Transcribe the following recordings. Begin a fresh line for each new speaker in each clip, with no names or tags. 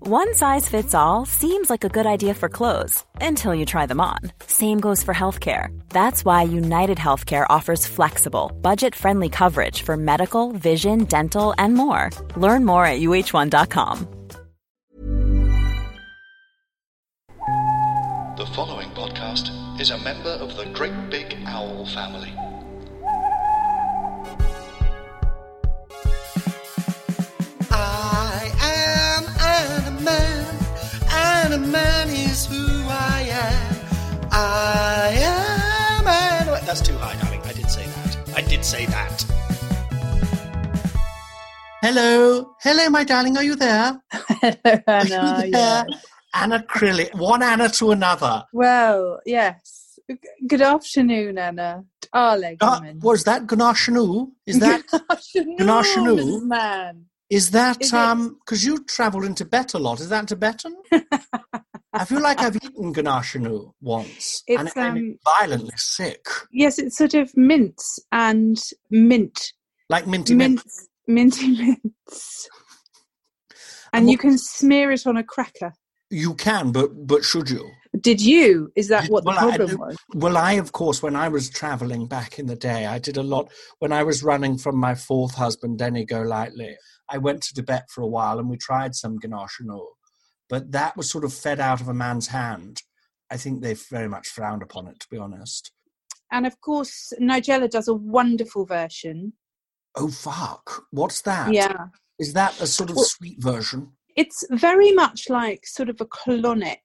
One size fits all seems like a good idea for clothes until you try them on. Same goes for healthcare. That's why United Healthcare offers flexible, budget friendly coverage for medical, vision, dental, and more. Learn more at uh1.com.
The following podcast is a member of the Great Big Owl family.
I am an man, and a man is who I am. I am an. Wait, That's too high, darling. I did say that. I did say that. Hello, hello, my darling. Are you there?
Hello,
Are
Anna.
you
yeah.
there? Anna Krilly, one Anna to another.
Well, yes. G- Good afternoon, Anna. Darling.
Uh,
woman.
was that Gnashnu? Is that
Good afternoon,
Good afternoon.
man?
Is that
Is it-
um because you travel in Tibet a lot? Is that Tibetan? I feel like I've eaten ganashanu once, and
It's,
I'm
um,
violently sick,
Yes, it's sort of mints and mint,
like minty mint.
mints, minty mints, and
And
you can smear it on a cracker.
You can, but but should you?
Did you? Is that what the
Well, I
problem
do-
was?
Well, I of course, when I was traveling back in the day, I did a lot. When I was running from my fourth husband, Denny Golightly, I went to Tibet for a while, and we tried some ganashanu, but that was sort of fed out of a man's hand. I think they very much frowned upon it, to be honest.
And of course, Nigella does a wonderful version.
Oh fuck! What's that?
Yeah.
Is that a sort of
Well-
sweet version?
It's very much like sort of a colonic.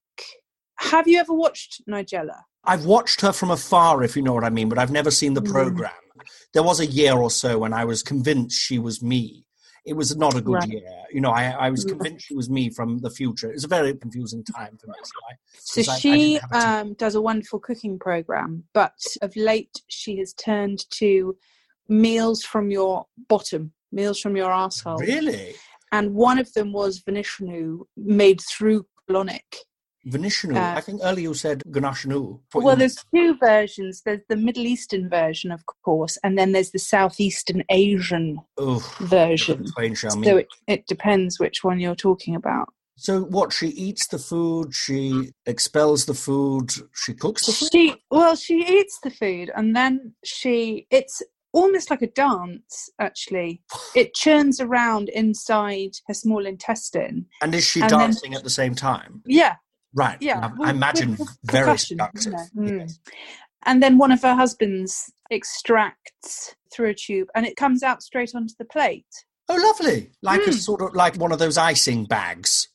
Have you ever watched Nigella?
I've watched her from afar, if you know what I mean, but I've never seen the
Mm.
program. There was a year or so when I was convinced she was me. It was not a good
Right. Mm-hmm.
year. You know, I, I was
Right.
convinced she was me from the future. It was a very confusing time for me. So I,
So
'cause I- I
she
didn't have a team.
um, does a wonderful cooking program, but of late she has turned to meals from your bottom, meals from your asshole,
really?
and one of them was Venishnu made through colonic.
Venishnu.
Uh,
I think earlier you said Ganashnu.
Well, there's two versions. There's the Middle Eastern version, of course, and then there's the Southeastern Asian
Oh,
version. So
so,
it, it depends which one you're talking about.
so what? She eats the food, she expels the food, she cooks the food?
she well she eats the food and then she it's almost like a dance actually it churns around inside her small intestine
And is she
and then-
dancing at the same time?
yeah
Right.
Yeah,
I-
well,
I imagine
with- with
very
percussion, you
seductive.
know. Mm.
Yes.
and then one of her husbands extracts through a tube and it comes out straight onto the plate
Oh, lovely! Like a
Mm.
sort of like one of those icing bags.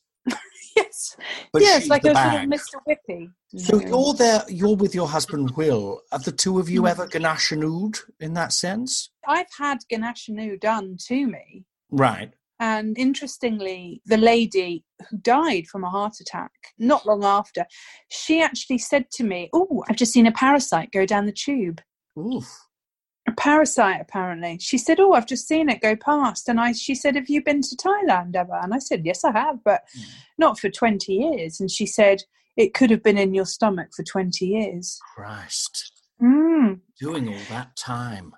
yes
But
yes
she's
like
the
a
bag.
sort of mr whippy
So
Yeah.
you're there. You're with your husband Will. Have the two of you
Mm.
ever ganashanood in that sense?
i've had ganashanu done to me
Right.
And interestingly, the lady who died from a heart attack not long after, she actually said to me, Oh, I've just seen a parasite go down the tube.
Oof.
A parasite, apparently. She said, Oh, I've just seen it go past. And I, she said, Have you been to Thailand ever? And I said, Yes, I have, but
Mm.
not for 20 years. And she said, It could have been in your stomach for 20 years.
Christ!
Mm.
Doing all that time.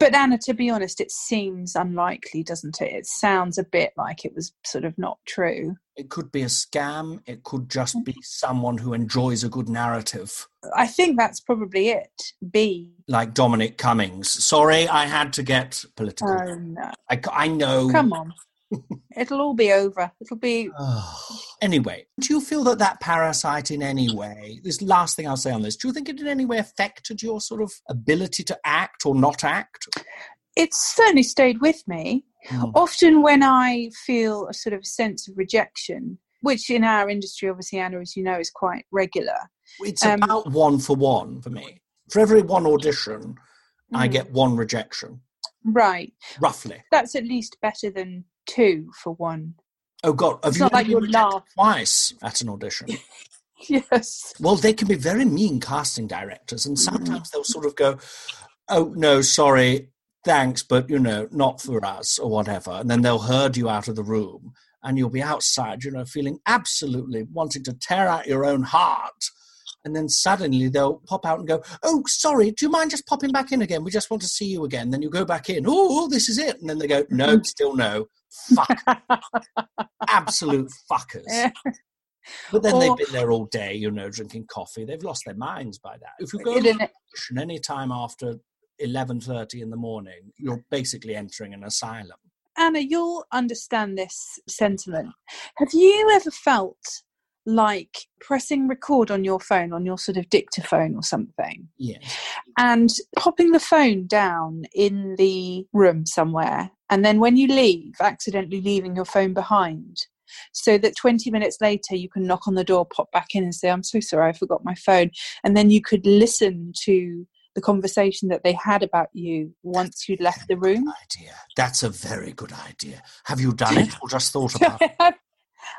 But Anna, to be honest, it seems unlikely, doesn't it? It sounds a bit like it was sort of not true.
It could be a scam. It could just be someone who enjoys a good narrative,
I think that's probably it. B.
like Dominic Cummings. Sorry, I had to get political.
Oh no!
I, c- I know.
Come on, it'll all be over. It'll be
anyway, do you feel that that parasite in any way, this last thing I'll say on this, do you think it in any way affected your sort of ability to act or not act?
it's certainly stayed with me. Often when I feel a sort of sense of rejection, which in our industry, obviously, Anna, as you know, is quite regular.
It's
um,
about one for one for me. For every one audition, I
Mm.
get one rejection,
right.
roughly.
That's at least better than two for one.
Oh God, have
It's
you
not
ever
like
been
you're
rejected
laugh.
twice at an audition?
Yes.
Well, they can be very mean casting directors, and sometimes they'll sort of go, "Oh no, sorry, thanks, but you know, not for us or whatever," and then they'll herd you out of the room, and you'll be outside, you know, feeling absolutely wanting to tear out your own heart, and then suddenly they'll pop out and go, "Oh, sorry, do you mind just oh, popping back in again? We just want to see you again." Then you go back in, "Oh, this is it," and then they go, "No,
Mhm.
still no." Fuck. Absolute fuckers.
Yeah.
But then
Or-
they've been there all day, you know, drinking coffee. They've lost their minds by that. If you go to
Isn't
the
it?
station any time after eleven thirty in the morning, you're basically entering an asylum.
Anna, you'll understand this sentiment. Have you ever felt like pressing record on your phone, on your sort of dictaphone or something,
Yes.
and popping the phone down in the room somewhere, and then when you leave, accidentally leaving your phone behind? So that 20 minutes later, you can knock on the door, pop back in, and say, I'm so sorry, I forgot my phone. And then you could listen to the conversation that they had about you once you'd left the room.
Idea. That's a very good idea. Have you done it or just thought about it?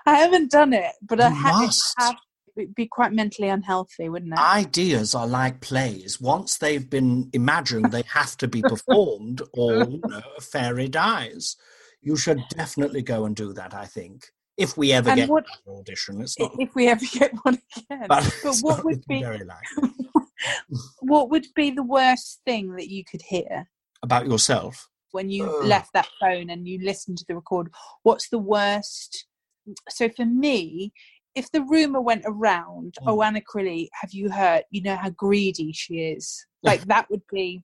I haven't done it, but I
You
have,
must.
have. It'd be quite mentally unhealthy, wouldn't it?
Ideas are like plays. Once they've been imagined, they have to be performed, or you know, a fairy dies. You should definitely go and do that. I think if we ever
And
get Oh.
what-
another audition, it's
I-
not.
if we ever get one again.
But,
but
it's
what
not
would be-
very likely.
what would be the worst thing that you could hear
about yourself?
when you
Ugh.
left that phone and you listened to the record? What's the worst? So for me, if the rumor went around,
Mm.
oh Anna Crilly, have you heard? You know how greedy she is. Like that would be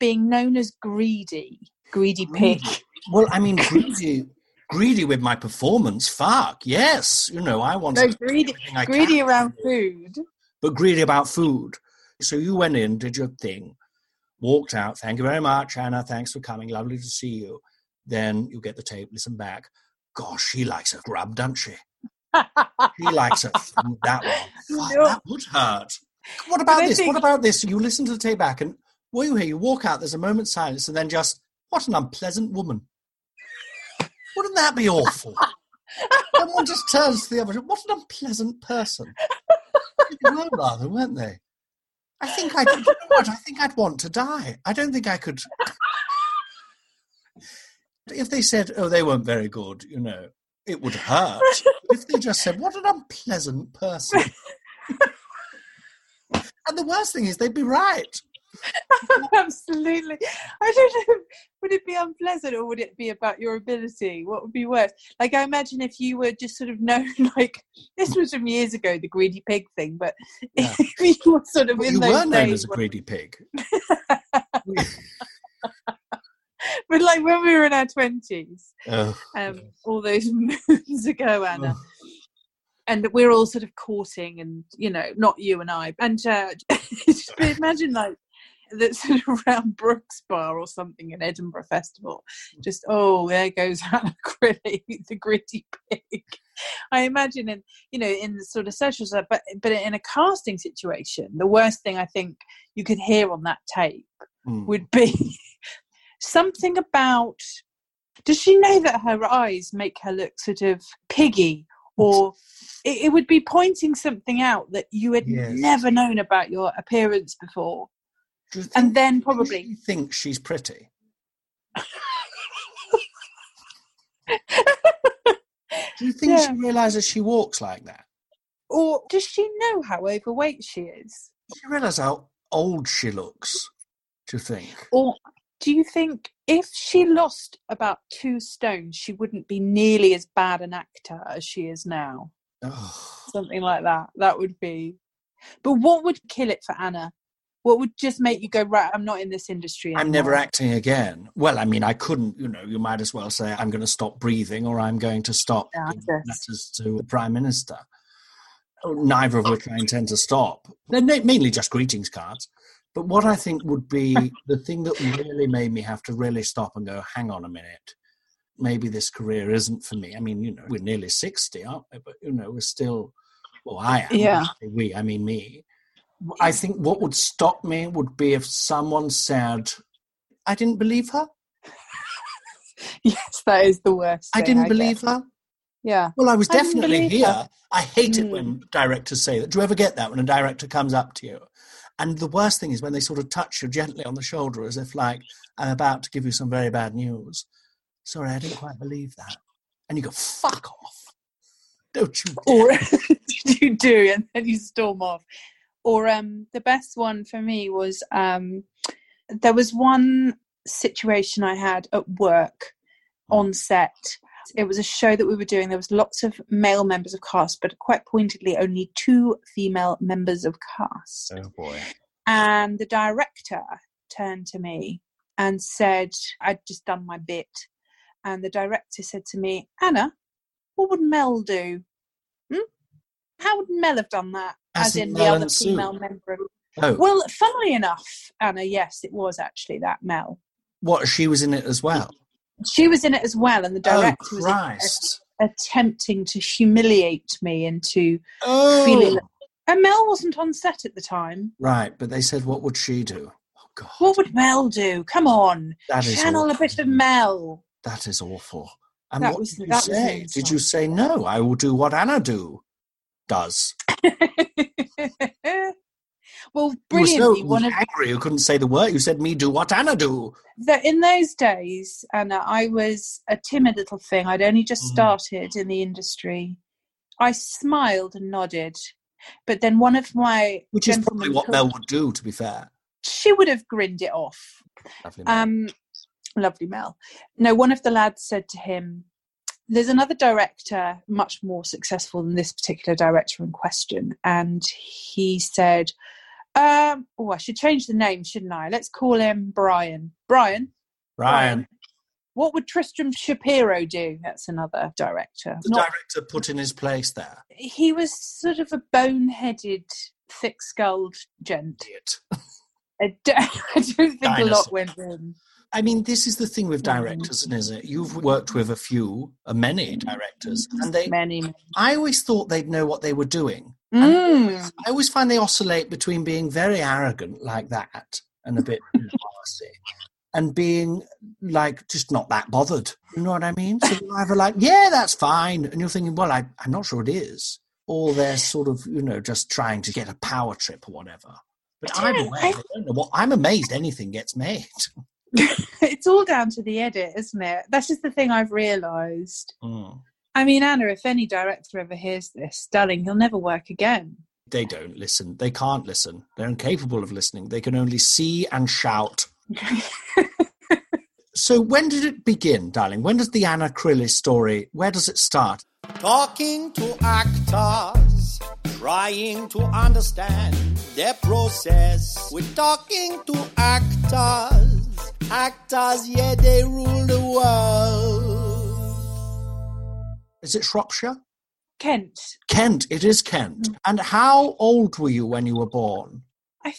being known as greedy, greedy pig.
Greedy. Well, I mean, greedy, greedy with my performance. Fuck yes, you know I want
No,
to do
greedy-
everything I
Greedy
can,
around food.
but greedy about food. So you went in, did your thing, walked out. Thank you very much, Anna. Thanks for coming. Lovely to see you. Then you get the tape, listen back. Gosh, she likes her grub, doesn't she? She likes her food. That one. Fuck,
No.
that would hurt. What about
I
this?
think-
What about this? You listen to the tape back, and while you here, you walk out. There's a moment's silence, and then just what an unpleasant woman. Wouldn't that be awful? Someone just turns to the other. What an unpleasant person. They were rather, weren't they? I think I. You know what? I think I'd want to die. I don't think I could. If they said, "Oh, they weren't very good," you know, it would hurt. if they just said, "What an unpleasant person," and the worst thing is, they'd be right.
Absolutely. I don't know. Would it be unpleasant or would it be about your ability? What would be worse? Like, I imagine if you were just sort of known, like, this was from years ago, the greedy pig thing, but
Yeah.
if you were sort of
But
in
you
those
were known
days
as a
when-
greedy pig.
But like when we were in our 20s,
Oh,
um,
Yes.
all those moons ago, Anna. And we're all sort of courting, and you know, not you and I. And uh, just imagine like that sort of round Brooks Bar or something in Edinburgh Festival. Just oh, there goes Anna Crilly, the gritty pig. I imagine in you know in the sort of social, stuff, but but in a casting situation, the worst thing I think you could hear on that tape
mm.
would be something about does she know that her eyes make her look sort of piggy or it, it would be pointing something out that you had
Yes.
never known about your appearance before
Do you think-
and then
do
probably
you think she's pretty. Do you think
Yeah.
she realizes she walks like that?
or does she know how overweight she is
Does she realize how old she looks? Do you think?
or do you think if she lost about two stones she wouldn't be nearly as bad an actor as she is now
Oh,
something like that. That would be. But what would kill it for Anna? What would just make you go right? I'm not in this industry.
I'm never
anymore."
acting again. Well, I mean, I couldn't. You know, you might as well say I'm going to stop breathing, or I'm going to stop
Yeah, I
giving
guess.
letters to the prime minister. Oh, Neither of which I intend to stop. They're na- mainly just greetings cards. But what I think would be the thing that really made me have to really stop and go, hang on a minute, maybe this career isn't for me. I mean, you know, we're nearly 60, aren't we? But, you know, we're still, well, I am.
Yeah.
I say We, I mean me. I think what would stop me would be if someone said, I didn't believe her.
Yes, that is the worst.
I
thing,
didn't
guess.
believe her.
Yeah.
Well, I was
I didn't
definitely
believe
here.
her.
I hate it
Hmm.
when directors say that. Do you ever get that when a director comes up to you? And the worst thing is when they sort of touch you gently on the shoulder as if, like, I'm about to give you some very bad news. Sorry, I didn't quite believe that. And you go, fuck off. Don't you dare.
Or you do, and then you storm off. Or um, the best one for me was um, there was one situation I had at work on set. It was a show that we were doing. There was lots of male members of cast, but quite pointedly, only two female members of cast.
Oh boy.
And the director turned to me and said, I'd just done my bit. And the director said to me, Anna, what would Mel do? Hmm? How would Mel have done that?
As
As,
in
in
Mel
the other
and Sue.
female member of.
Oh,
Well, funnily enough, Anna, yes, it was actually that Mel.
what? She was in it as well.
She was in it as well, and the
Oh,
director was
Christ.
attempting to humiliate me into
Oh.
feeling that. And Mel wasn't on set at the time.
Right, but they said, what would she do? Oh, God.
What would Mel do? Come on,
that is
channel a
awful.
bit of Mel.
That is awful. And
That
what
was-
did you
that was an
say? Did you
insult.
say, no, I will do what Anna do? does?
well,
You were so
brilliantly, one of
angry you couldn't say the word. You said, me do what Anna do.
that in those days, Anna, I was a timid little thing. I'd only just
Mhm.
started in the industry. I smiled and nodded, but then one of my
Which is probably
gentlemen
what
co-
Mel would do, to be fair.
she would have grinned it off.
Lovely Mel.
Um, lovely Mel. No, one of the lads said to him, "There's another director, much more successful than this particular director in question," and he said. Um, oh, I should change the name, shouldn't I? Let's call him Brian. Brian,
Ryan,
what would Tristram Shapiro do? That's another director.
the
Not-
director put in his place there.
he was sort of a boneheaded, thick skulled gent.
Idiot.
I don't, I don't think a
Dinosaur.
lot went wrong.
I mean, this is the thing with
Mhm.
directors, and isn't it? You've worked with a few, uh, many directors, and they.
Mm-hmm. Many. many-
I always thought they'd know what they were doing.
Mm.
I always find they oscillate between being very arrogant like that and a bit nasty, and being like just not that bothered. You know what I mean? So you're either like, yeah, that's fine, and you're thinking, well, I, I'm not sure it is, or they're sort of, you know, just trying to get a power trip or whatever. But
I don't
either
know.
way, I don't know what, I'm amazed anything gets made.
It's all down to the edit, isn't it? That's just the thing I've realised.
Mm.
I mean, Anna, if any director ever hears this, darling, he'll never work again.
they don't listen. They can't listen. They're incapable of listening. They can only see and shout. so when did it begin, darling? When does the Anna Crillis story? Where does it start?
Talking to actors, trying to understand their process. We're talking to actors, actors, yeah, they rule the world.
Is it Shropshire?
Kent,
Kent. It is
Mm.
Kent. And how old were you when you were born?
I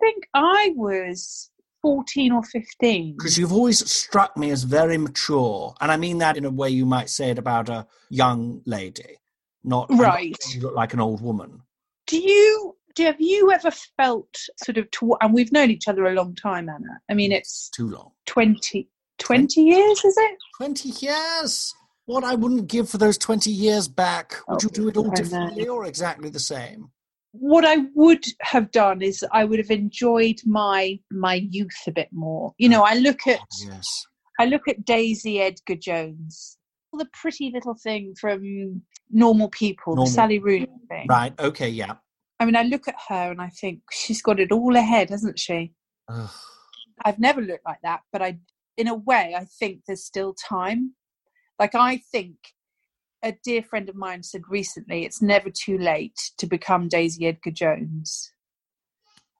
think I was 14 or 15.
Because you've always struck me as very mature, and I mean that in a way you might say it about a young lady, not I'm not
Right.
saying You look like an old woman.
do you do have you ever felt sort of to, and we've known each other a long time anna i mean it's
Too long.
20 20 years is it
20 years. What I wouldn't give for those 20 years back. Would
Oh,
you do it all
I know.
differently or exactly the same?
what i would have done is i would have enjoyed my my youth a bit more you know i look at
Yes.
i look at daisy edgar jones the pretty little thing from normal people
Normal.
the sally rooney thing
Right. Okay. Yeah.
i mean i look at her and i think she's got it all ahead hasn't she
Ugh.
I've never looked like that, but I, in a way, I think there's still time. Like I think a dear friend of mine said recently, it's never too late to become Daisy Edgar Jones.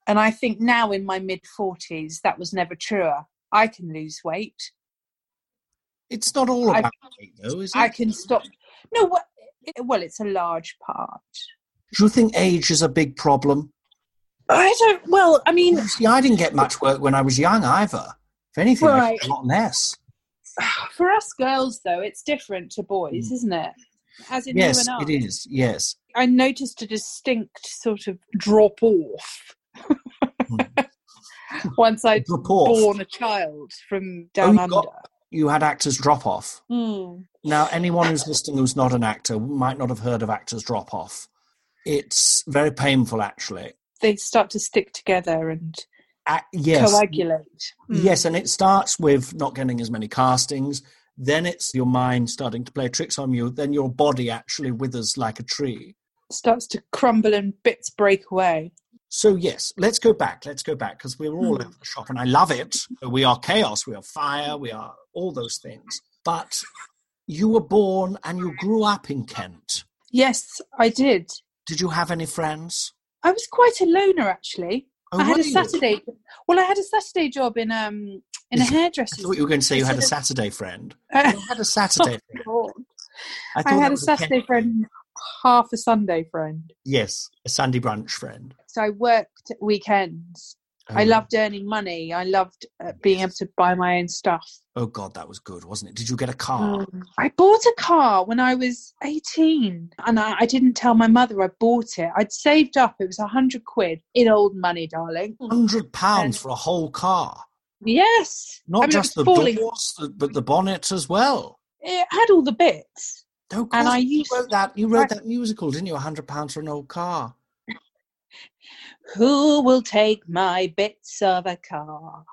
And I think now in my mid 40s, that was never truer. I can lose weight.
It's not all
I-
about weight, though, is it?
I can stop. No, what? Well, it's a large part.
do you think age is a big problem?
I don't. Well, I mean,
See, I didn't get much work when I was young either. If anything, I
Right.
got a lot less.
for us girls, though, it's different to boys, isn't it? As in
yes,
you and I.
it is. Yes.
I noticed a distinct sort of drop off once I'd
Drop Hmm. off.
born a child from down
Oh, you
under.
got- You had actors drop off.
Mm.
Now, anyone who's listening who's not an actor might not have heard of actors drop off. It's very painful, actually.
They start to stick together and
Ac- yes.
coagulate. Mm.
Yes, and it starts with not getting as many castings. Then it's your mind starting to play tricks on you. Then your body actually withers like a tree.
Starts to crumble and bits break away.
So, yes, let's go back. Let's go back because we're all
Hmm.
over the shop and I love it. We are chaos, we are fire, we are all those things. but you were born and you grew up in Kent.
Yes, I did.
Did you have any friends?
I was quite a loner actually.
Oh,
I had
were
a
you?
Saturday. Well, I had a Saturday job in um in a
I
hairdresser's.
thought you were going to say you had a
Instead
Saturday friend.
Uh,
You had a Saturday friend.
I
thought that
had a
was Kent
Saturday friend, half a Sunday friend.
Yes, a Sunday brunch friend.
So I worked weekends. I
Oh,
loved earning money. I loved uh, being able to buy my own stuff.
Oh God, that was good, wasn't it? Did you get a car?
I bought a car when I was 18 and I, I didn't tell my mother I bought it. I'd saved up, it was 100 quid in old money, darling.
Hundred pounds
And-
for a whole car,
Yes.
not
I mean,
just
it
the
was falling.
doors, the, but the bonnet as well.
It had all the bits.
Oh,
And
God,
I
you
used-
wrote that. You wrote that musical, didn't you? hundred pounds for an old car.
Who will take my bits of a car?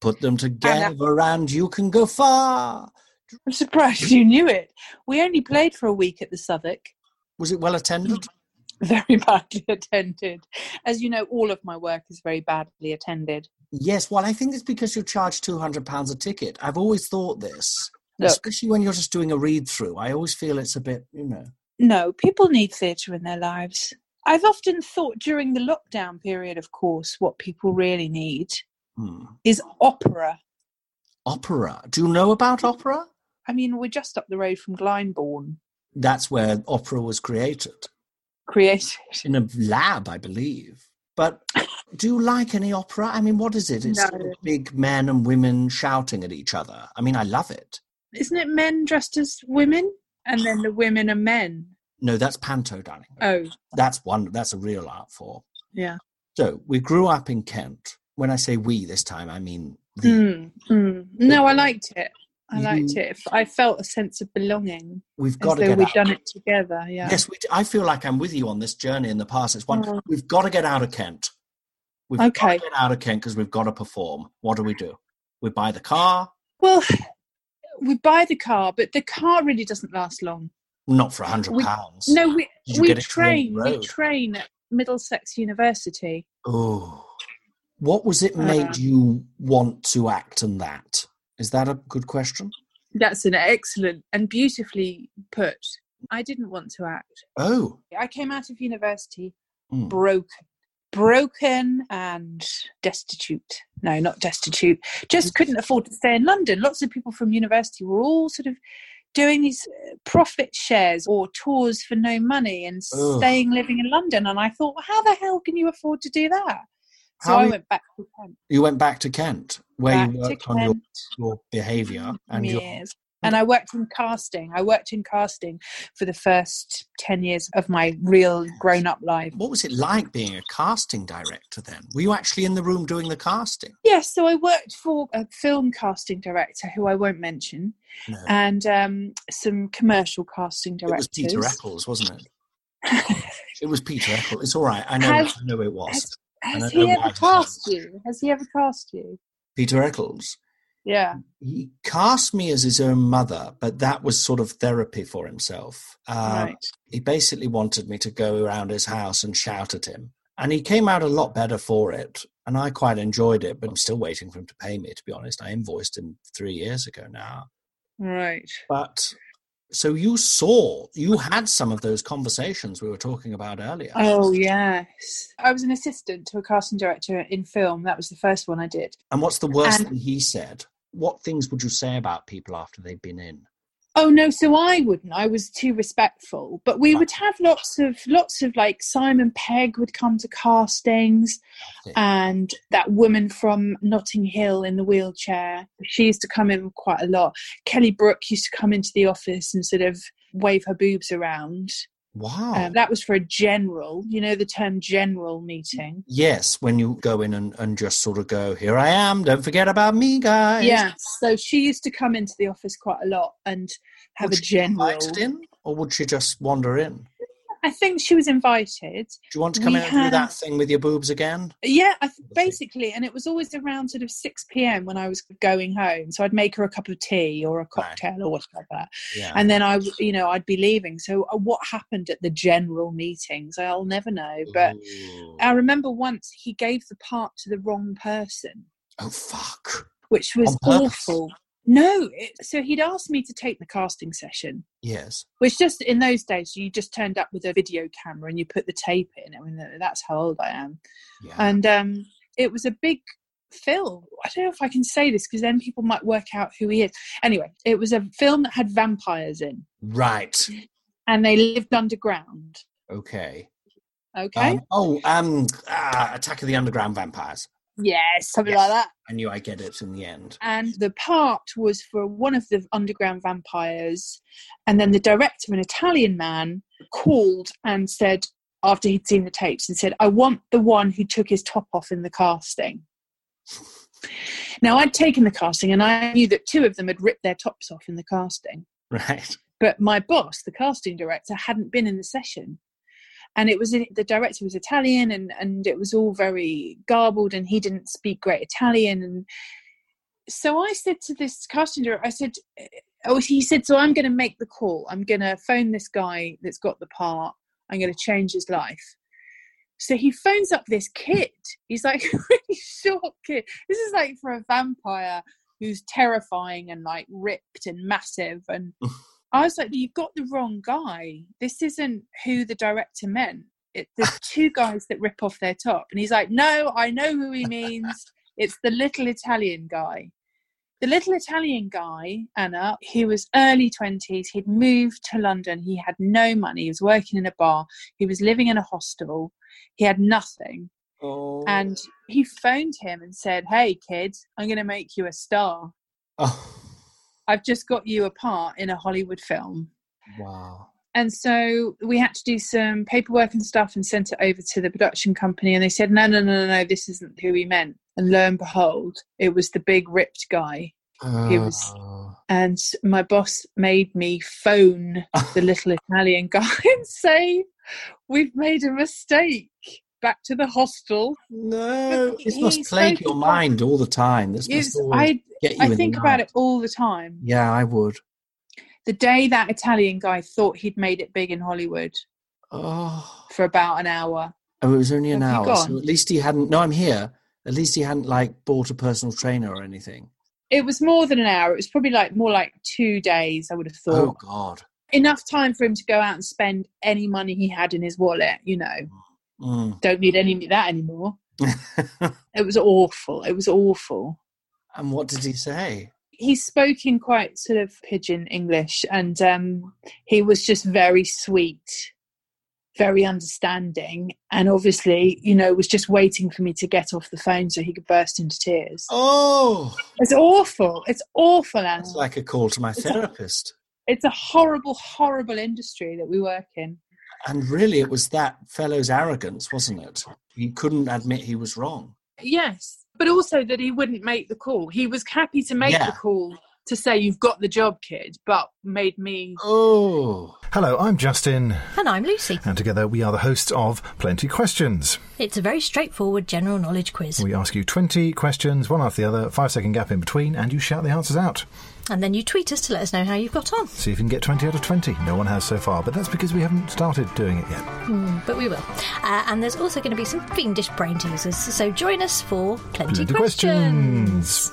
Put them together, and you can go far.
I'm surprised you knew it. We only played for a week at the Southwark.
Was it well
Mm.
attended?
Very badly attended. As you know, all of my work is very badly attended.
Yes. Well, I think it's because you charge two hundred pounds a ticket. I've always thought this,
Look.
especially when you're just doing a read through. I always feel it's a bit, you know.
No, people need theatre in their lives. I've often thought during the lockdown period, of course, what people really need
Hmm.
is opera.
Opera. Do you know about opera?
I mean, we're just up the road from Glyndebourne,
That's where opera was created
created.
in a lab, I believe. But do you like any opera? I mean, what is it? It's
No.
sort of big men and women shouting at each other. I mean, I love it.
Isn't it men dressed as women? And then the women are men.
No, that's panto, darling.
Oh,
That's one. That's a real art form.
yeah.
So we grew up in Kent. When I say we this time, I mean the.
Mm, mm. No, I liked it. I
You-
liked it. I felt a sense of belonging
We've
as
got to
though
get
we'd
out.
done it together. Yeah.
Yes, we, d- I feel like I'm with you on this journey in the past. It's one.
Mm.
We've got to get out of Kent. We've got
Okay.
to get out of Kent because we've got to perform. What do we do? We buy the car.
Well, we buy the car, but the car really doesn't last long.
Not for a hundred
We-
pounds.
No, we
Did you
we
get it from
train.
the
We
road?
train at Middlesex University.
Oh, what was it made
Uh.
you want to act in that? Is that a good question?
That's an excellent and beautifully put. I didn't want to act.
Oh,
I came out of university
mm.
broken, broken and destitute. No, not destitute.
Mm.
Just couldn't afford to stay in London. Lots of people from university were all sort of doing these uh, profit shares or tours for no money and
Ugh.
staying living in London. And I thought, how the hell can you afford to do that? So
How
I
you-
went back to Kent.
you went back to Kent where
back
you
to
worked on your,
Kent.
your behaviour and your. Mm.
years. And I worked in casting. I worked in casting for the first 10 years of my real grown up life.
What was it like being a casting director then? Were you actually in the room doing the casting?
Yes, so I worked for a film casting director who I won't mention
No.
and um, some commercial casting
It
directors.
was Peter Eccles, wasn't it? It was Peter Eccles. It's all right. I know.
Has-
I know it was
has-
And I
Has
know
he
why
ever
he
cast
does.
you? Has he ever cast you?
Peter Eccles.
Yeah.
He cast me as his own mother, but that was sort of therapy for himself. Um,
right.
he basically wanted me to go around his house and shout at him. And he came out a lot better for it. And I quite enjoyed it, but I'm still waiting for him to pay me, to be honest. I invoiced him three years ago now.
Right.
But so you saw, you had some of those conversations we were talking about earlier.
Oh, yes. I was an assistant to a casting director in film. That was the first one I did.
and what's the worst
and-
thing he said? What things would you say about people after they've been in?
Oh no, so I wouldn't. I was too respectful. But we
Right.
would have lots of lots of like Simon Pegg would come to castings
Nothing.
and that woman from Notting Hill in the wheelchair. She used to come in quite a lot. Kelly Brook used to come into the office and sort of wave her boobs around.
Wow.
Um, that was for a general, you know the term general meeting.
yes, when you go in and, and just sort of go, here I am, don't forget about me, guys.
Yeah. So she used to come into the office quite a lot and have
Would
a
she be
general.
invited in, or would she just wander in?
I think she was invited.
Do you want to come
We
in and do that
have-
thing with your boobs again?
Yeah, I th-
Obviously.
basically, and it was always around sort of six pm when I was going home. So I'd make her a cup of tea or a cocktail or whatever,
Yeah.
and then I, w- you know, I'd be leaving. So uh, what happened at the general meetings, I'll never know. But
Ooh.
I remember once he gave the part to the wrong person,
oh fuck!
which was
On purpose?
awful. No, it, so he'd asked me to take the casting session,
Yes.
which just in those days you just turned up with a video camera and you put the tape in. I mean, that's how old I am.
Yeah.
and um, it was a big film. I don't know if I can say this because then people might work out who he is. Anyway, it was a film that had vampires in,
right.
and they lived underground.
Okay.
Okay,
Um, oh, um, ah, Attack of the Underground Vampires.
yes, something
yes.
like that.
I knew I get it in the end.
And the part was for one of the underground vampires, and then the director, an Italian man, called and said after he'd seen the tapes and said, "I want the one who took his top off in the casting." Now I'd taken the casting, and I knew that two of them had ripped their tops off in the casting.
Right.
but my boss the casting director hadn't been in the session and it was the director was italian and and it was all very garbled and he didn't speak great italian and so i said to this casting director i said eh, oh he said so i'm going to make the call i'm going to phone this guy that's got the part i'm going to change his life so he phones up this kid he's like a really short kid this is like for a vampire who's terrifying and like ripped and massive and I was like, you've got the wrong guy. This isn't who the director meant. It, there's two guys that rip off their top. And he's like, no, I know who he means. It's the little Italian guy. The little Italian guy, Anna, he was early 20s. He'd moved to London. He had no money. He was working in a bar. He was living in a hostel. He had nothing.
Oh.
And he phoned him and said, hey, kid, I'm going to make you a star.
Oh.
I've just got you a part in a Hollywood film.
Wow.
And so we had to do some paperwork and stuff and sent it over to the production company. And they said, no, no, no, no, no, this isn't who we meant. And lo and behold, it was the big ripped guy. He was-
Oh.
And my boss made me phone the little Italian guy and say, we've made a mistake. Back to the hostel.
No,
But
this must
he's
plague
so
your
fun.
mind all the time. This
It's-
must always
I,
get you. in
I
the
think about
night.
it all the time.
Yeah, I would.
The day that Italian guy thought he'd made it big in Hollywood
Oh,
for about an hour.
oh, it was only an
Have you
hour. So
gone?
at least he hadn't. No, I'm here. At least he hadn't like bought a personal trainer or anything.
It was more than an hour. It was probably like more like two days, I would have thought.
Oh God.
enough time for him to go out and spend any money he had in his wallet you know
Mm.
don't need any of that anymore it was awful it was awful
and what did he say?
he spoke in quite sort of pigeon english and um, he was just very sweet very understanding and obviously you know was just waiting for me to get off the phone so he could burst into tears
Oh,
it's awful it's awful Anna.
that's like a call to my
Um, It's-
therapist.
it's a horrible horrible industry that we work in
And really, it was that fellow's arrogance, wasn't it? He couldn't admit he was wrong.
Yes, but also that he wouldn't make the call. He was happy to make
Yeah.
the call to say you've got the job, kid, but made me.
Oh,
Hello, I'm Justin,
And I'm Lucy.
and together we are the hosts of Plenty Questions.
It's a very straightforward general knowledge quiz.
We ask you 20 questions, one after the other, five second gap in between, and you shout the answers out.
And then you tweet us to let us know how you've got on.
See if you can get 20 out of 20. No one has so far, but that's because we haven't started doing it yet.
Hmm, but we will. Uh, and there's also going to be some fiendish brain teasers. So join us for plenty,
Plenty
questions.
questions.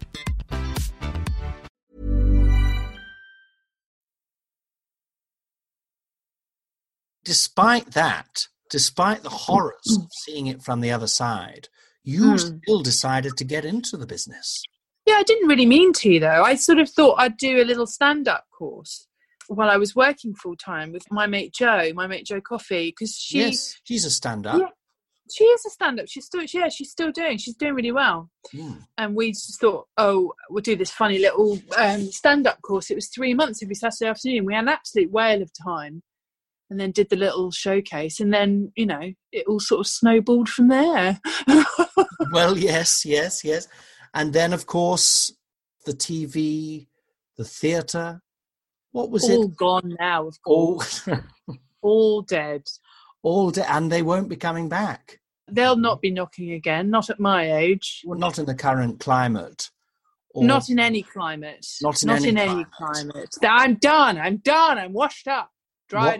despite that, despite the horrors of seeing it from the other side, you
Hmm.
still decided to get into the business.
Yeah, I didn't really mean to though. I sort of thought I'd do a little stand up course while I was working full time with my mate Joe, my mate Joe Coffee, because she
yes, she's a stand up.
Yeah. she is a stand up. She's still yeah, she's still doing. She's doing really well.
Hmm.
And we just thought, oh, we'll do this funny little um, stand up course. It was three months every Saturday afternoon. We had an absolute whale of time, and then did the little showcase, and then you know it all sort of snowballed from there.
Well, yes, yes, yes. And then, of course, the TV, the theatre. What was
all
it?
gone now, of
All,
course, all dead.
all day, and they won't be coming back.
They'll not be knocking again. Not at my age.
Well, not in the current climate. or-
not in any climate.
Not in any
climate. I'm done. I'm done. I'm washed up, dried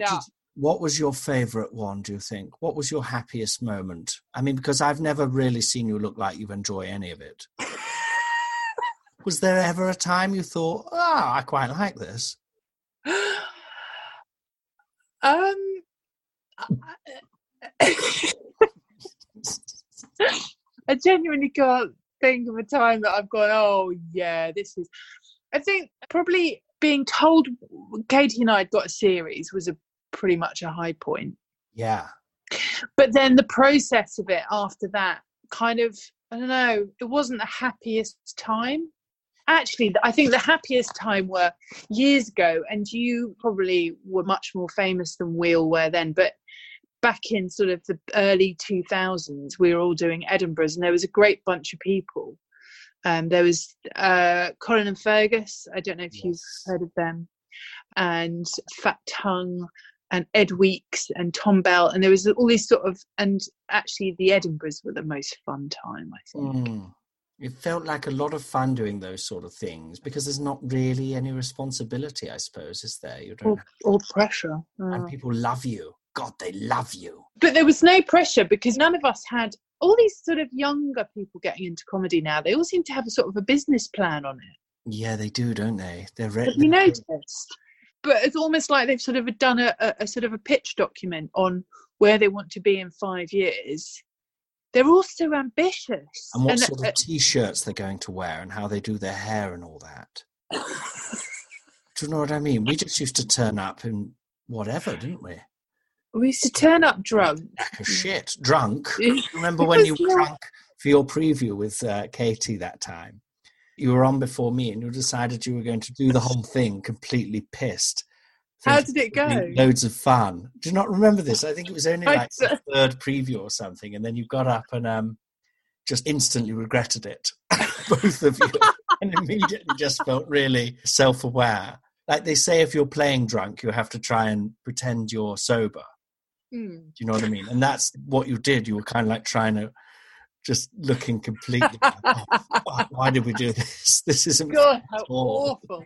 what did-
up.
what was your favourite one? Do you think? What was your happiest moment? I mean, because I've never really seen you look like you enjoy any of it. was there ever a time you thought, "Ah, I quite like this"?
Um, I, I genuinely can't think of a time that I've gone, oh, yeah, this is. I think probably being told Katie and I had got a series was a pretty much a high point.
Yeah.
But then the process of it after that kind of, I don't know, it wasn't the happiest time. Actually, I think the happiest time were years ago, and you probably were much more famous than we all were then, but back in sort of the early 2000s, we were all doing Edinburgh's, and there was a great bunch of people. Um, there was uh, Colin and Fergus, I don't know if you've heard of them, and Fat Tongue, and Ed Weeks, and Tom Bell, and there was all these sort of, and actually the Edinburgh's were the most fun time, I think.
Mm. It felt like a lot of fun doing those sort of things because there's not really any responsibility, I suppose, is there? You don't,
Or, or pressure. Mm.
and people love you. God, they love you.
but there was no pressure because none of us had all these sort of younger people getting into comedy now they all seem to have a sort of a business plan on it
Yeah, they do, don't they? They're re-
have you noticed but it's almost like they've sort of done a, a, a sort of a pitch document on where they want to be in five years they're all so ambitious
and what
And,
sort
uh,
of t-shirts they're going to wear and how they do their hair and all that. do you know what I mean? We just used to turn up in whatever, didn't we?
we used to turn up drunk
Like a shit, drunk.
It
Remember when
was
you
like-
were drunk for your preview with uh, Katie that time? You were on before me, and you decided you were going to do the whole thing completely pissed.
How
thinking
did it
would be
go?
Loads of fun. Do you not remember this? I think it was only
I
like the
don't-
third preview or something, and then you got up and um, just instantly regretted it, both of you, and immediately just felt really self-aware. Like they say, if you're playing drunk, you have to try and pretend you're sober.
Hmm.
Do you know what I mean? And that's what you did. You were kind of like trying to just looking completely. like, oh, fuck, why did we do this? This isn't.
God, how
all.
awful.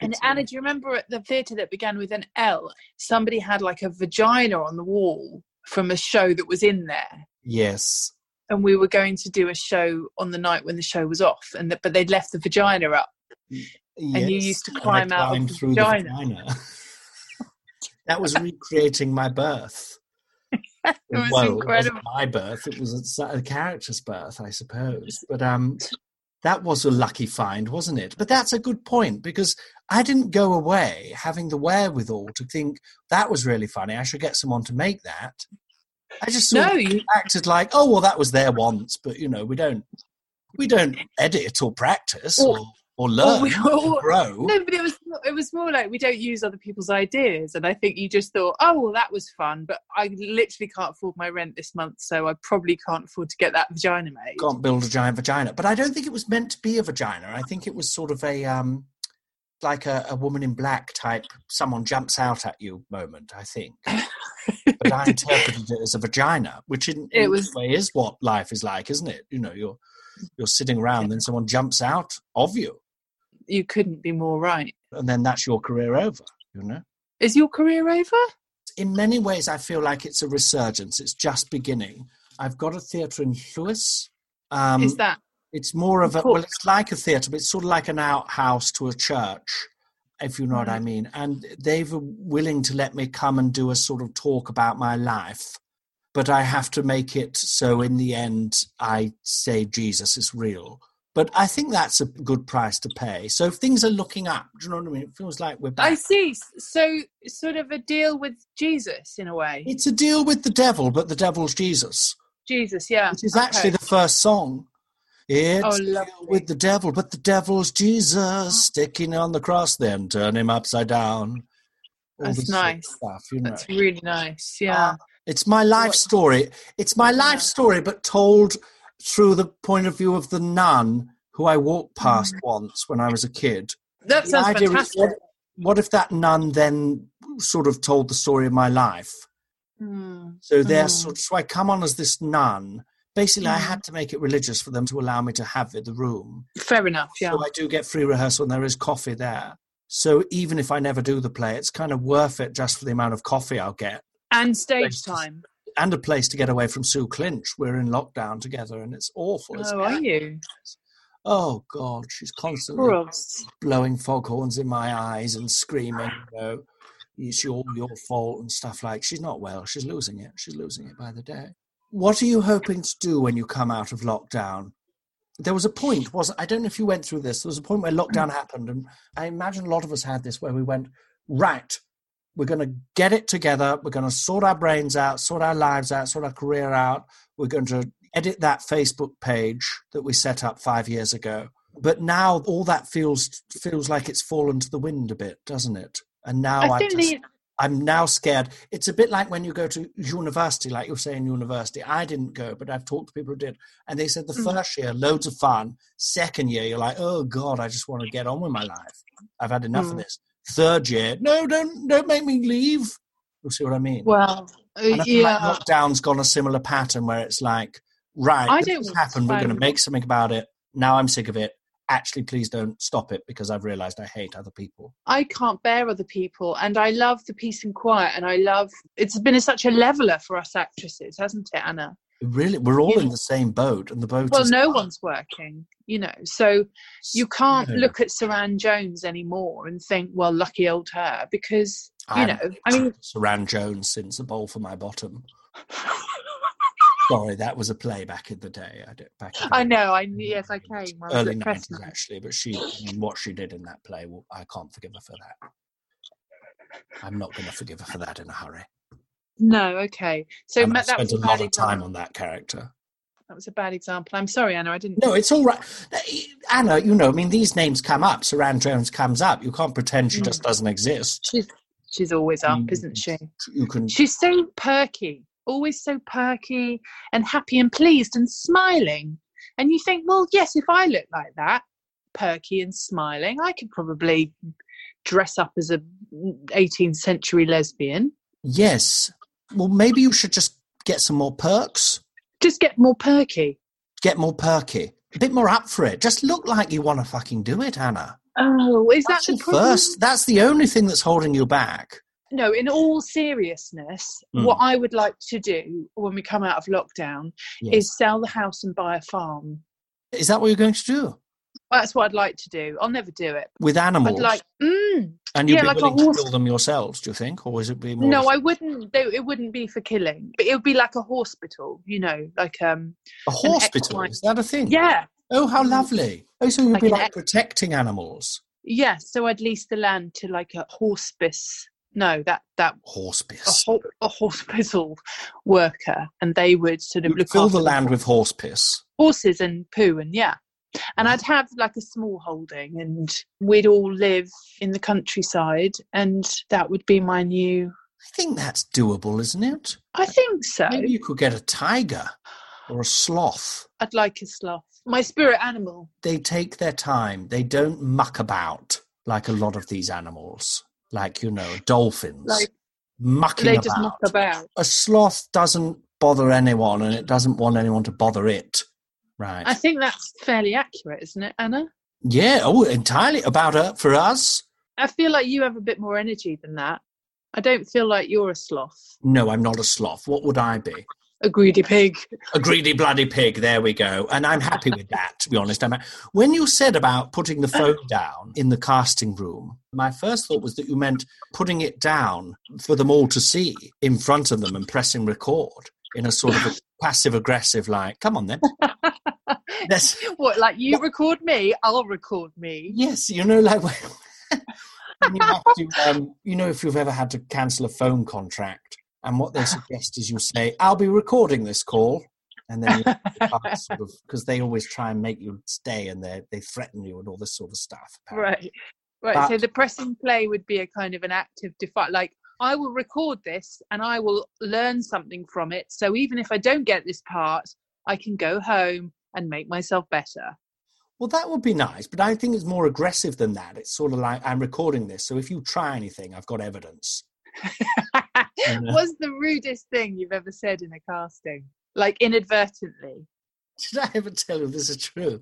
And
It's
Anna, do you remember at the theatre that began with an L? Somebody had like a vagina on the wall from a show that was in there,
Yes.
and we were going to do a show on the night when the show was off, and that but they'd left the vagina up. And you
yes,
used to
and I
climb out of
climbed
the
through
vagina.
the vagina. that was recreating my birth.
It
Well,
was
wasn't
incredible.
my birth. It was a, a character's birth, I suppose. But um, that was a lucky find, wasn't it? But that's a good point because I didn't go away having the wherewithal to think that was really funny. I should get someone to make that. I just sort
No,
of
you,
acted like, oh well, that was there once, but you know, we don't, we don't edit or practice or,
Or-
or, learn
or we-
or
or-
grow.
no, but it was it was more like we don't use other people's ideas, and I think you just thought, oh well, that was fun, but I literally can't afford my rent this month, so I probably can't afford to get that vagina made.
can't build a giant vagina. But I don't think it was meant to be a vagina. I think it was sort of a um, like a, a woman in black type, someone jumps out at you moment. I think, but I interpreted it as a vagina, which in,
It
in
was-
a way is what life is like, isn't it? You know, you're you're sitting around, then someone jumps out of you,
You couldn't be more right.
and then that's your career over. You know.
Is your career over?
in many ways, I feel like it's a resurgence. It's just beginning. I've got a theatre in Lewis. Um,
is that
It's more of a
Of
well,
course.
it's like a theatre, but it's sort of like an outhouse to a church, if you know what I
Right.
mean. And they were willing to let me come and do a sort of talk about my life, but I have to make it so in the end I say Jesus is real. But I think that's a good price to pay. So if things are looking up, do you know what I mean? It feels like we're back.
I see. So, sort of a deal with Jesus in a way.
It's a deal with the devil, but the devil's Jesus.
Jesus, yeah.
Which is actually the first song. It's
Oh,
a deal
lovely. Oh.
with the devil, but the devil's Jesus sticking on the cross, then turn him upside down. All
That's
this sort of
nice.
Stuff, you know.
That's really nice.
Ah,
Yeah.
It's my life story. It's my life story, but told through the point of view of the nun who I walked past
Mm-hmm.
once when I was a kid.
that
The
sounds
idea is,
fantastic.
what, what if that nun then sort of told the story of my life?
Hmm. Hmm.
So they're
Mm.
sort so I come on as this nun. Basically, I had to make it religious for them to allow me to have it, the room.
Fair enough. Yeah.
So I do get free rehearsal and there is coffee there. So even if I never do the play, it's kind of worth it just for the amount of coffee I'll get
and stage time.
and a place to get away from Sue Clinch. We're in lockdown together, and it's awful. It's,
Oh, are you?
oh God, she's constantly
Gross.
blowing foghorns in my eyes and screaming, you know, it's all your fault and stuff like. She's not well. She's losing it. She's losing it by the day. What are you hoping to do when you come out of lockdown? There was a point, wasn't? I don't know if you went through this. There was a point
Mm.
where lockdown happened, and I imagine a lot of us had this, where we went, right, we're going to get it together. We're going to sort our brains out, sort our lives out, sort our career out. We're going to edit that Facebook page that we set up five years ago. But now all that feels feels like it's fallen to the wind a bit, doesn't it? And now I
I think
just,
the-
I'm now scared. It's a bit like when you go to university, like you were saying, university. I didn't go, but I've talked to people who did, and they said the
Mm.
first year loads of fun. Second year, you're like, oh god, I just want to get on with my life. I've had enough of
Mm.
this. Third year, no, don't don't make me leave. You see what I mean?
Well, uh,
and I feel
yeah.
like lockdown's gone a similar pattern where it's like, right,
I
this
don't
has
want
happened. We're
to
going to
find-
make something about it. Now I'm sick of it. Actually, please don't stop it because I've realised I hate other people.
I can't bear other people, and I love the peace and quiet, and I love it's been a, such a leveler for us actresses, hasn't it, Anna?
Really, we're all
Yeah.
in the same boat, and the boat.
Well,
is
no one's working, you know, so you can't
No.
look at Saran Jones anymore and think, well, lucky old her, because you
I'm-
know, I mean,
Saran Jones since the bowl for my bottom. Sorry, that was a play back in the day. I don't, back in the
I
day.
know, I yes, I came. I was
Early
at
nineties,
Preston.
actually, but she, I mean, what she did in that play, well, I can't forgive her for that. I'm not going to forgive her for that in a hurry.
No, okay. So
and I
ma- that
spent
was
a
a
lot
bad
of time
example.
on that character.
That was a bad example. I'm sorry, Anna. I didn't.
No, it's all right. Anna, you know, I mean, these names come up. Saran Jones comes up. You can't pretend
Mm.
she just doesn't exist.
She's she's always up,
Mm.
isn't she?
You can.
She's so perky, always so perky and happy and pleased and smiling. And you think, well, yes, if I look like that, perky and smiling, I could probably dress up as a 18th century lesbian.
Yes. Well, maybe you should just get some more perks.
Just get more perky.
Get more perky. A bit more up for it. Just look like you want to fucking do it, Anna.
Oh, is that
That's
the
your
problem?
first. That's the only thing that's holding you back.
No, in all seriousness,
Mm.
what I would like to do when we come out of lockdown
Yes.
is sell the house and buy a farm.
Is that what you're going to do
That's what I'd like to do. I'll never do it.
with animals?
I'd like, mm,
and you'd
yeah,
be
like a
willing to
horse.
kill them yourselves? Do you think, or is it be more?
No,
of
I wouldn't. Though it wouldn't be for killing, but it would be like a hospital, you know, like um,
a hospital?
equine-
Is that a thing?
yeah,
Oh, how lovely! Oh, so you'd
Like
be
an
like
ex-
protecting animals.
yeah. So I'd lease the land to like a hospice. No, that that a,
Horsepiss.
ho- a hospital worker, and they would sort of
You
look
fill
after
the land with horsepiss.
horses and poo and yeah.
Mm.
And I'd have like a small holding, and we'd all live in the countryside, and that would be my new.
I think that's doable, isn't it?
I think so.
Maybe you could get a tiger or a sloth.
I'd like a sloth, my spirit animal.
They take their time. They don't muck about like a lot of these animals, like you know, dolphins
Like,
mucking
They
about.
just knock about.
A sloth doesn't bother anyone, and it doesn't want anyone to bother it. Right?
I think that's fairly accurate, isn't it, Anna?
yeah. Oh, entirely about her for us.
I feel like you have a bit more energy than that. I don't feel like you're a sloth,
No, I'm not a sloth. What would I be?
a greedy pig.
A greedy bloody pig. There we go. And I'm happy with that, to be honest. I'm ha- when you said about putting the phone down in the casting room, my first thought was that you meant putting it down for them all to see in front of them and pressing record. in a sort of passive aggressive, like, come on then. That's,
What, like you record me, I'll record me.
yes, you know, like when when you have to, um, you know, if you've ever had to cancel a phone contract, and what they suggest is you say, I'll be recording this call. And then you sort of, because they always try and make you stay and they they threaten you and all this sort of stuff.
Right. Right. so
But-
the pressing play would be a kind of an active defiant. Like I will record this and I will learn something from it. So even if I don't get this part, I can go home and make myself better.
Well, that would be nice, but I think it's more aggressive than that. It's sort of like I'm recording this, so if you try anything, I've got evidence. uh, You know?
What's the rudest thing you've ever said in a casting? Like inadvertently.
Did I ever tell you this is true?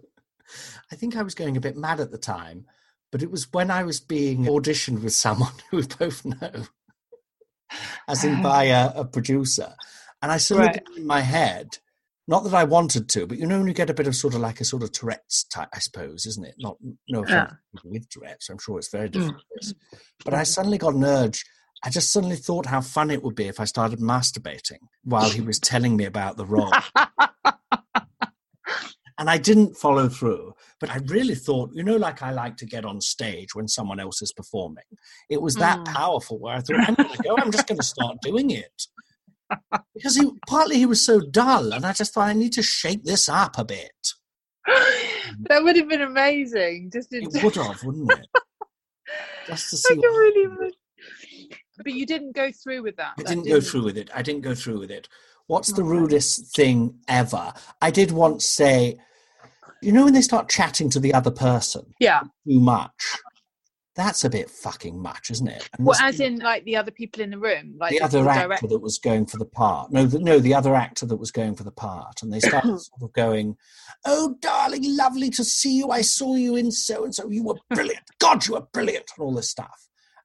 I think I was going a bit mad at the time, but it was when I was being auditioned with someone who we both know, as in by a, a producer. And I suddenly
Right.
got in my head, not that I wanted to, but you know, when you get a bit of sort of like a sort of Tourette's type, I suppose, isn't it? Not no offense to people with Tourette's, I'm sure it's very different. to this. But I suddenly got an urge. I just suddenly thought how fun it would be if I started masturbating while he was telling me about the role and I didn't follow through. But I really thought, you know, like I like to get on stage when someone else is performing. It was that
Mm.
powerful where I thought, I'm going to go. I'm just going to start doing it because he partly he was so dull, and I just thought I need to shake this up a bit.
that would have been amazing. Just in
It would have, wouldn't it? Just to
I
see.
can
what-
really imagine. But you didn't go through with that. Mm-hmm.
I
that
didn't go
you?
through with it. I didn't go through with it. What's the rudest thing ever? I did once say, you know, when they start chatting to the other person,
Yeah.
too much. That's a bit fucking much, isn't it? And
Well,
this-
as in like the other people in the room, like
the other actor
direct-
that was going for the part. No, the, no, the other actor that was going for the part, and they started sort of going, "Oh, darling, lovely to see you. I saw you in so and so. You were brilliant. God, you were brilliant," and all this stuff.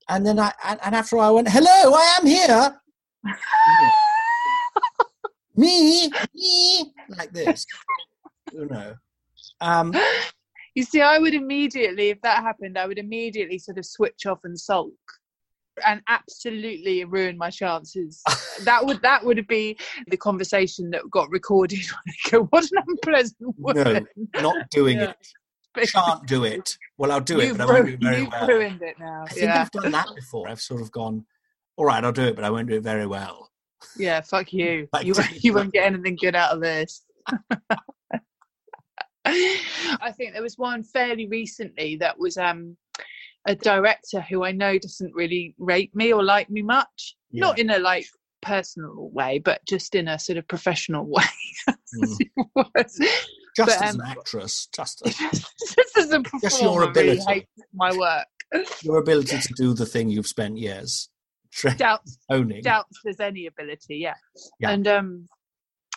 And then I and, and after a while I went, "Hello, I am here." me, me, like this, you know. Um,
You see, I would immediately, if that happened, I would immediately sort of switch off and sulk, and absolutely ruin my chances. that would that would be the conversation that got recorded. I go, what an unpleasant
no,
woman!
not doing
Yeah.
it. Shan't do it. Well, I'll do it,
You've
but I won't do it
ruined-
very
you've
well.
ruined it now.
I think
Yeah,
I've done that before. I've sort of gone, all right, I'll do it, but I won't do it very well.
yeah. Fuck you.
Like,
You
did-
you won't get anything good out of this. I think there was one fairly recently that was um, a director who I know doesn't really rate me or like me much.
Yeah.
Not in a like personal way, but just in a sort of professional way.
Mm.
It was
Just
But,
as
um,
an actress, just as
just as a performer,
Just your
really
ability.
hates my work.
your ability to do the thing you've spent years tra-
Doubt
owning.
doubts there's any ability yeah.
Yeah.
and um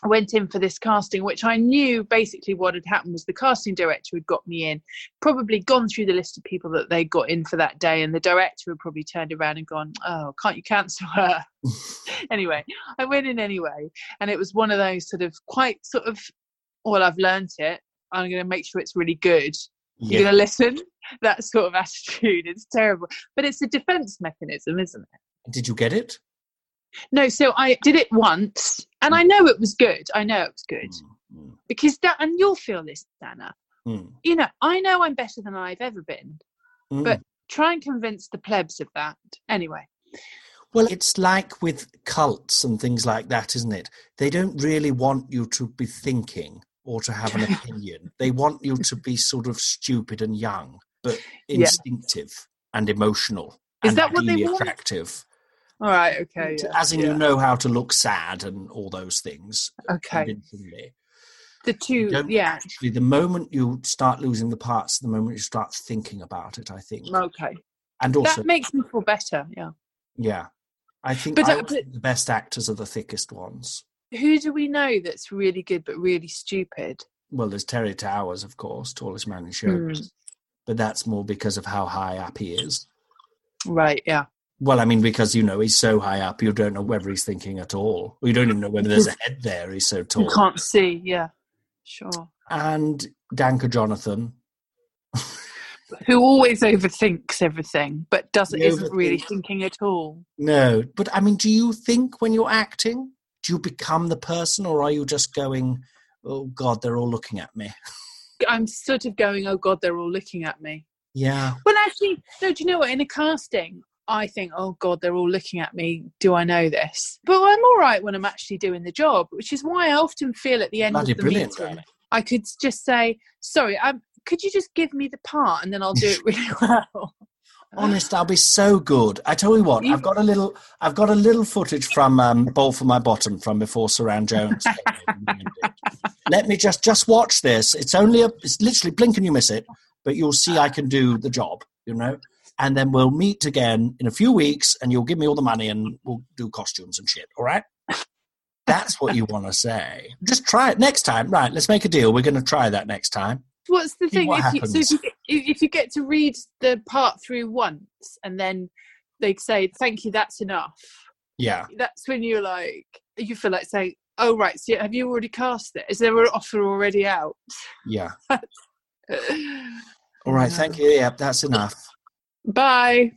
I went in for this casting which i knew basically what had happened was the casting director had got me in probably gone through the list of people that they got in for that day and the director had probably turned around and gone oh can't you cancel her anyway i went in anyway and it was one of those sort of quite sort of well i've learnt it i'm going to make sure it's really good
Yeah.
you're going to listen that sort of attitude it's terrible but it's a defense mechanism isn't it
Did you get it?
no, so I did it once, and I know it was good. I know it was good
Mm,
because that, and you'll feel this, Dana.
mm,
You know, I know I'm better than I've ever been.
mm.
But- Try and convince the plebs of that. Anyway,
well, it's like with cults and things like that, isn't it? They don't really want you to be thinking or to have an opinion. they want you to be sort of stupid and young, but
Yeah.
instinctive and emotional.
Is
and
that what they
ideally
want?
Attractive.
all right, okay,
To-
yeah,
as in
yeah.
you know how to look sad and all those things uh,
okay.
convincingly.
The
You
two,
don't
yeah,
actually the moment you start losing the parts the moment you start thinking about it i think
okay.
and also
That makes me feel better. Yeah.
yeah i think
But,
I
uh,
always
but-
think the best actors are the thickest ones
Who do we know that's really good but really stupid?
well there's terry towers of course tallest man in
Hmm.
showbiz but that's more because of how high up he is
Right. Yeah.
well i mean because you know he's so high up you don't know whether he's thinking at all you don't even know whether there's a head there he's so tall
You can't see. Yeah. Sure.
and danker jonathan
Who always overthinks everything, but doesn't
You
isn't really
overthink.
thinking at all.
No, but I mean, do you think when you're acting? do you become the person or are you just going oh god they're all looking at me
I'm sort of going, oh God, they're all looking at me.
yeah
Well, actually, no, do you know what? In a casting, I think, oh God, they're all looking at me. Do I know this? But I'm all right when I'm actually doing the job, which is why I often feel at the end
bloody
of the
brilliant
meeting,
Riley.
I could just say, sorry, um, could you just give me the part and then I'll do it really well?
honest i'll be so good i tell you what
You-
i've got a little i've got a little footage from um bowl for my bottom from before saran jones let me just just watch this it's only a it's literally blink and you miss it but you'll see i can do the job you know and then we'll meet again in a few weeks and you'll give me all the money and we'll do costumes and shit all right that's what you want to say just try it next time right let's make a deal we're going to try that next time
What's the
See
thing?
what
if, you, so if,
happens.
you, get- if you get to read the part through once and then they say, thank you, that's enough,
yeah
that's when you're like, you feel like saying, oh, right, so have you already cast it? Is there an offer already out?
yeah all right thank you yeah that's enough
Bye.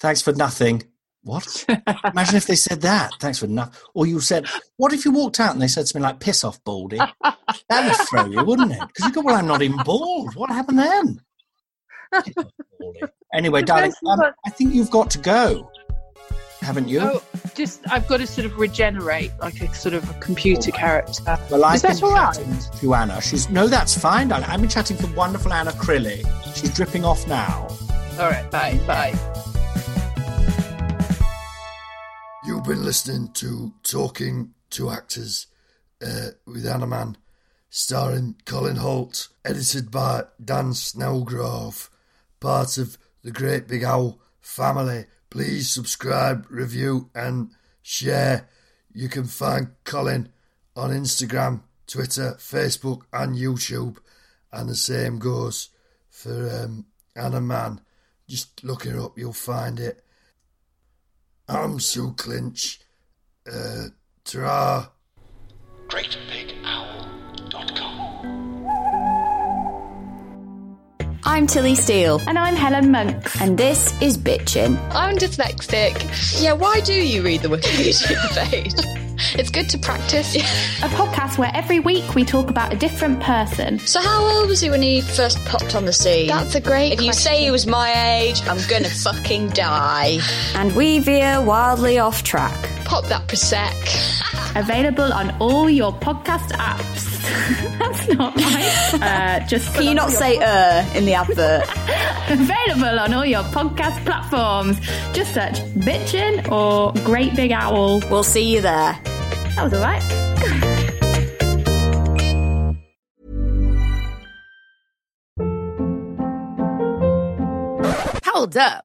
Thanks for nothing. What? Imagine if they said that. Thanks for nothing. Or you said, what if you walked out and they said something like, piss off, Baldy? That would throw you, wouldn't it? Because you go, well, I'm not even bald. What happened then? Piss off, Baldy. Anyway,
The
darling,
person
um,
that-
I think you've got to go, haven't you?
Oh, just I've got to sort of regenerate like a sort of a computer character.
Well, I've
Is that
been
all right?
chatting to Anna. She's no, that's fine, darling. I've been chatting to wonderful Anna Crilly. She's dripping off now.
All right, bye, bye.
You've been listening to Talking to Actors uh, with Anaman, starring Colin Holt, edited by Dan Snellgrove, part of the Great Big Owl family. Please subscribe, review, and share. You can find Colin on Instagram, Twitter, Facebook, and YouTube, and the same goes for um, Anaman. Just look her up, you'll find it. I'm Sue Clinch. Uh, ta
I'm Tilly Steele. And I'm Helen Monks. And this is Bitchin.
I'm dyslexic. Yeah, why do you read the Wikipedia page? It's good to practice.
A podcast where every week we talk about a different person. So, how old was he when he first popped on the scene?
That's a great
If you say he was my age, I'm gonna fucking die. And we veer wildly off track. Pop that Prosec. Available on all your podcast apps. That's not right. uh, just Can you not say uh in the advert? Available on all your podcast platforms. Just search Bitchin' or Great Big Owl. We'll see you there. That was alright.
Hold up.